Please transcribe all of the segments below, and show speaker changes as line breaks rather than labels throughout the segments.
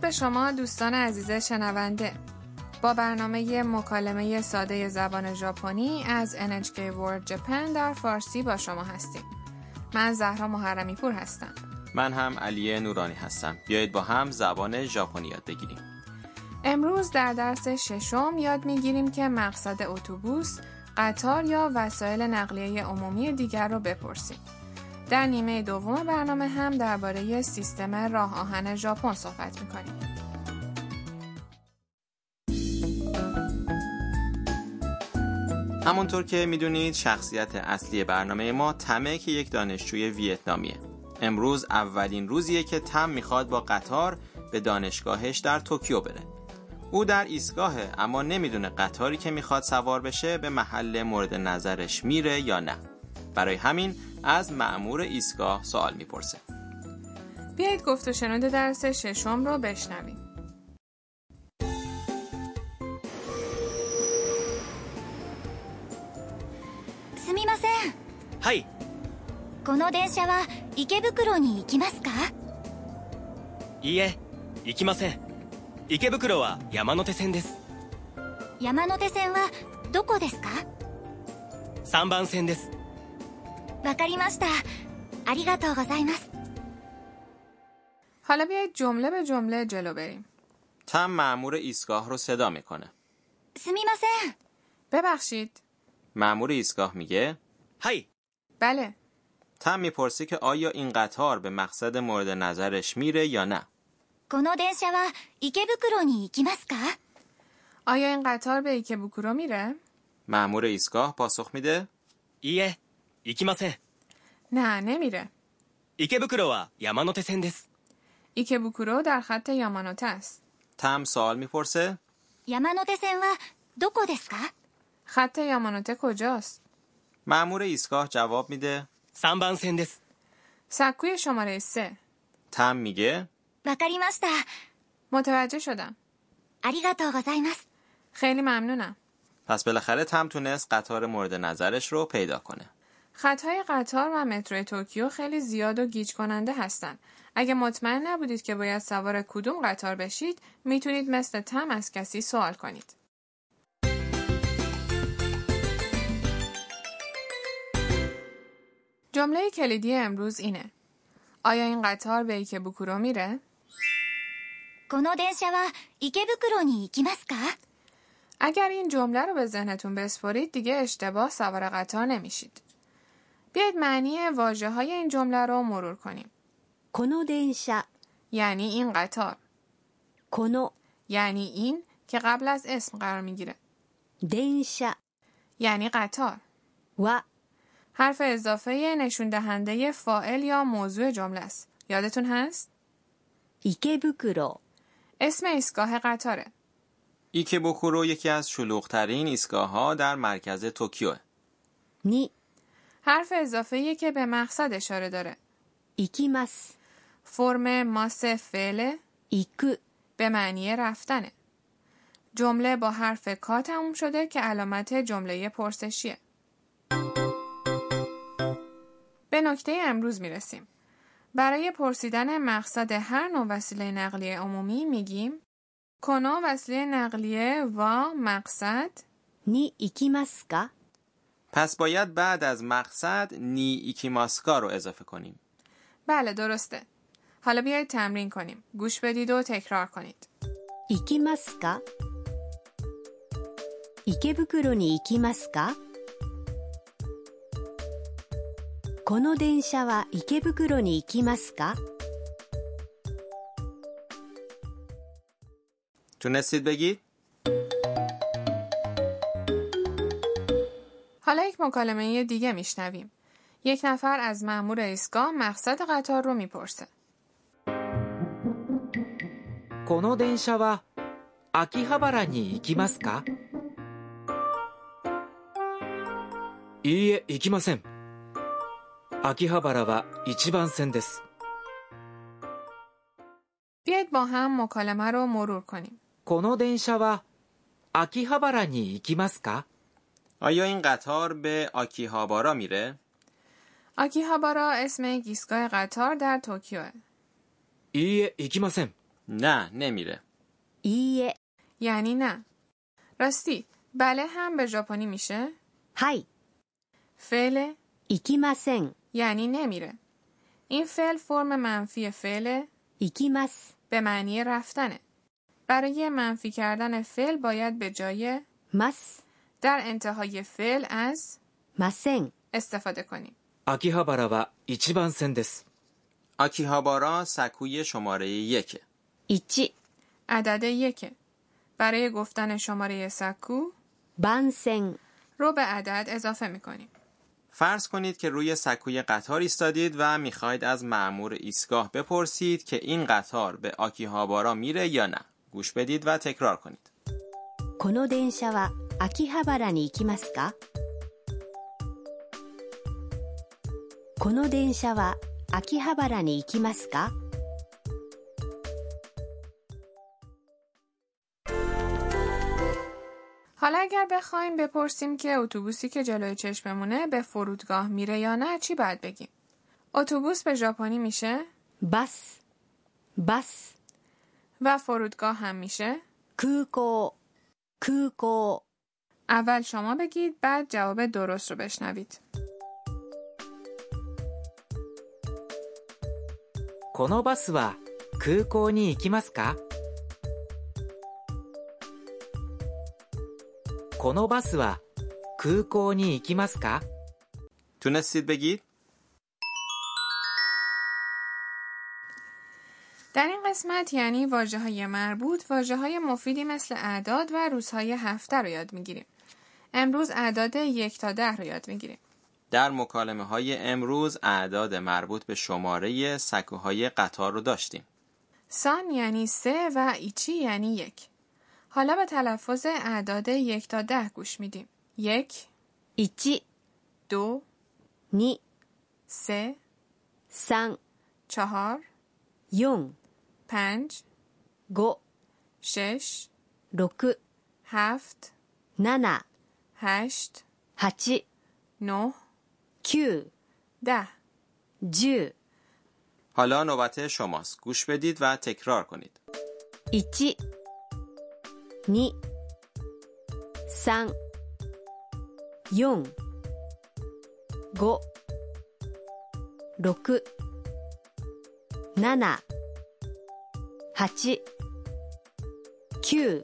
به شما دوستان عزیز شنونده با برنامه مکالمه ساده زبان ژاپنی از NHK World Japan در فارسی با شما هستیم من زهرا محرمی پور هستم
من هم علی نورانی هستم بیایید با هم زبان ژاپنی یاد بگیریم
امروز در درس ششم یاد میگیریم که مقصد اتوبوس، قطار یا وسایل نقلیه عمومی دیگر رو بپرسیم. در نیمه دوم برنامه هم درباره سیستم راه آهن ژاپن صحبت میکنیم.
همونطور که میدونید شخصیت اصلی برنامه ما تمه که یک دانشجوی ویتنامیه امروز اولین روزیه که تم میخواد با قطار به دانشگاهش در توکیو بره او در ایستگاهه اما نمیدونه قطاری که میخواد سوار بشه به محل مورد نظرش میره یا نه برای همین از معمور ایستگاه سوال میپرسه
بیایید گفت و شنود درس ششم رو بشنویم.
「すみません
はい
この電車は池袋に行きますか
いいえ行きません池袋は山手線です
山手線はどこですか
3番線です
わかりましたありがとうございます」
حالا بیایید جمله به جمله جلو بریم.
تم معمور ایستگاه رو صدا میکنه
すみません
ببخشید.
معمور ایستگاه میگه
はい、
بله.
تم میپرسه که آیا این قطار به مقصد مورد نظرش میره یا نه
この電車は池袋に行きますか
آیا این قطار به ایکبوکورو میره؟
معمور ایستگاه پاسخ میده
いいえ行きません
نه نمیره.
池袋は山手線です
ایکبوکورو در خط یامانوته است.
تم سوال میپرسه
山手線はどこですか
خط یامانوته کجاست؟
معمور ایستگاه جواب میده
3番線です
سکوی شماره سه.
تم میگه
わかりました
متوجه شدم.
ありがとうございます
خیلی ممنونم.
پس بالاخره تم تونست قطار مورد نظرش رو پیدا کنه
خطهای قطار و مترو توکیو خیلی زیاد و گیج کننده هستند. اگه مطمئن نبودید که باید سوار کدوم قطار بشید، میتونید مثل تم از کسی سوال کنید. جمله کلیدی امروز اینه. آیا این قطار به ایکبوکورو میره؟
この電車は池袋に行きますか
اگر این جمله رو به ذهنتون بسپرید دیگه اشتباه سوار قطار نمیشید. بیاید معنی واجه های این جمله رو مرور کنیم.
この電車
یعنی این قطار
この
یعنی این که قبل از اسم قرار میگیره
電車
یعنی قطار
は
حرف اضافه نشون دهنده فاعل یا موضوع جمله است یادتون هست
池袋
اسم ایستگاه قطاره
ایکبوکورو یکی از شلوغترین ایستگاه ها در مرکز توکیوه
に
حرف اضافه که به مقصد اشاره داره
行きます。
فرم ماس فعل
行く
به معنی رفتنه جمله با حرف کا تموم شده که علامت جمله پرسشیه به نکته امروز میرسیم برای پرسیدن مقصد هر نوع وسیله نقلیه عمومی میگیم کنو وسیله نقلیه و مقصد
に行きますか
پس باید بعد از مقصد نی ایکیماسکا رو اضافه کنیم
بله درسته حالا بیایید تمرین کنیم گوش بدید و تکرار کنید
行きますか池袋に行きますかこの電車は池袋に行きますか
تونستید بگید
حالا یک مکالمه دیگه میشنویم یک نفر از مأمور ایستگاه مقصد قطار رو میپرسه
この電車は秋葉原に行きますかいいえ行きません秋葉原は1番線です
بیایید با هم مکالمه رو مرور کنیم.
この電車は秋葉原に行きますか
آیا این قطار به آکیهابارا میره
آکیهابارا اسم یک ایستگاه قطار در توکیو.
いいえ行きません
نه نمیره
いいえ、
یعنی نه راستی بله هم به ژاپنی میشه
はい、
فعل
行きません、
یعنی نمیره این فعل فرم منفی فعل
行きます、
به معنی رفتنه برای منفی کردن فعل باید به جای
ます、
در انتهای فعل از
ません、
استفاده کنیم
秋葉原は一番線です。
آکیهابارا سکوی شماره یکه
1、
عدد یکه برای گفتن شماره سکو
番線、
رو به عدد اضافه میکنیم
فرض کنید که روی سکوی قطار ایستادید و میخواید از معمور ایستگاه بپرسید که این قطار به آکیهابارا میره یا نه گوش بدید و تکرار کنید
この電車は秋葉原に行きますかこの電車は秋葉原に行きますか
حالا اگر بخوایم بپرسیم که اتوبوسی که جلوی چشممونه به فرودگاه میره یا نه چی باید بگیم اتوبوس به ژاپنی میشه
バス、バス、
و فرودگاه هم میشه
空港、空港、
اول شما بگید بعد جواب درست رو بشنوید
このバスは空港に行きますかこのバスは空港に行きますか
تونستید بگید
در این قسمت یعنی واجه های مربوط واجه های مفیدی مثل اعداد و روزهای هفته رو یاد میگیریم امروز اعداد یک تا ده رو یاد میگیریم
در مکالمه های امروز اعداد مربوط به شماره سکوهای قطار رو داشتیم
سان یعنی سه و ایچی یعنی یک حالا به تلفظ اعداد یک تا ده گوش میدیم یک
1、
دو
2、
سه
3、
چهار
4、
پنج
5、
شش
6、
هفت
7、
هشت
8、
نه
9、
ده
10、
حالا نوبت شماست گوش بدید و تکرار کنید
1、2、3、4、5、6、7、8、9、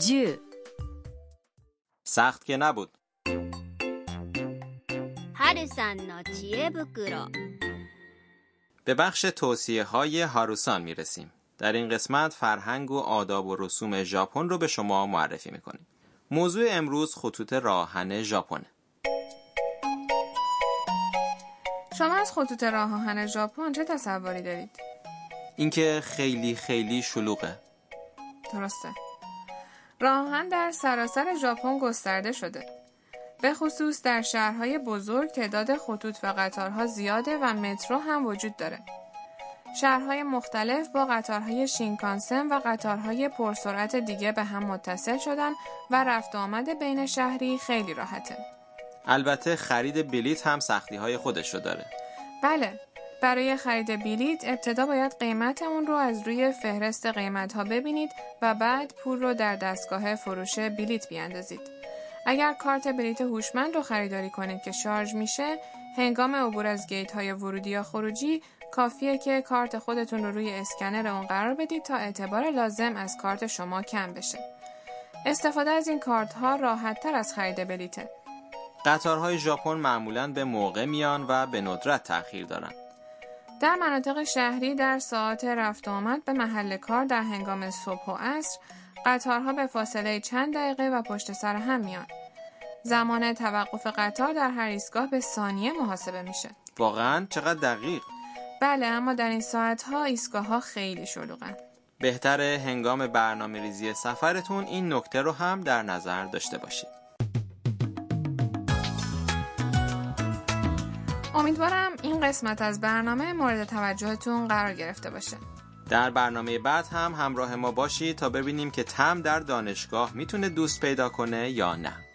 10、
سخت که نبود
春さんの知恵袋
به بخش توصیه های هاروسان می رسیم. در این قسمت فرهنگ و آداب و رسوم ژاپن رو به شما معرفی می کنیم. موضوع امروز خطوط راهن ژاپنه.
شما از خطوط راه آهن ژاپن چه تصوری دارید
اینکه خیلی خیلی شلوغه.
درسته راهن در سراسر ژاپن گسترده شده به خصوص در شهرهای بزرگ تعداد خطوط و قطارها زیاده و مترو هم وجود داره شهرهای مختلف با قطارهای شینکانسن و قطارهای پرسرعت دیگه به هم متصل شدن و رفت و آمد بین شهری خیلی راحته
البته خرید بلیت هم سختی های خودش رو داره.
بله برای خرید بلیت ابتدا باید قیمت اون رو از روی فهرست قیمت ها ببینید و بعد پول رو در دستگاه فروش بلیت بیاندازید. اگر کارت بلیت هوشمند رو خریداری کنید که شارژ میشه، هنگام عبور از گیت های ورودی یا خروجی کافیه که کارت خودتون رو روی اسکنر اون قرار بدید تا اعتبار لازم از کارت شما کم بشه. استفاده از این کارت ها راحت تر از خرید بلیته.
قطارهای ژاپن معمولا به موقع میان و به ندرت تأخیر دارن.
در مناطق شهری در ساعات رفت و آمد به محل کار در هنگام صبح و عصر قطارها به فاصله چند دقیقه و پشت سر هم میان. زمان توقف قطار در هر ایستگاه به ثانیه محاسبه میشه.
واقعا چقدر دقیق.
بله اما در این ساعتها ایستگاه ها خیلی شلوغن.
بهتره هنگام برنامه ریزی سفرتون این نکته رو هم در نظر داشته باشید.
امیدوارم این قسمت از برنامه مورد توجهتون قرار گرفته باشه.
در برنامه بعد هم همراه ما باشید تا ببینیم که تم در دانشگاه میتونه دوست پیدا کنه یا نه.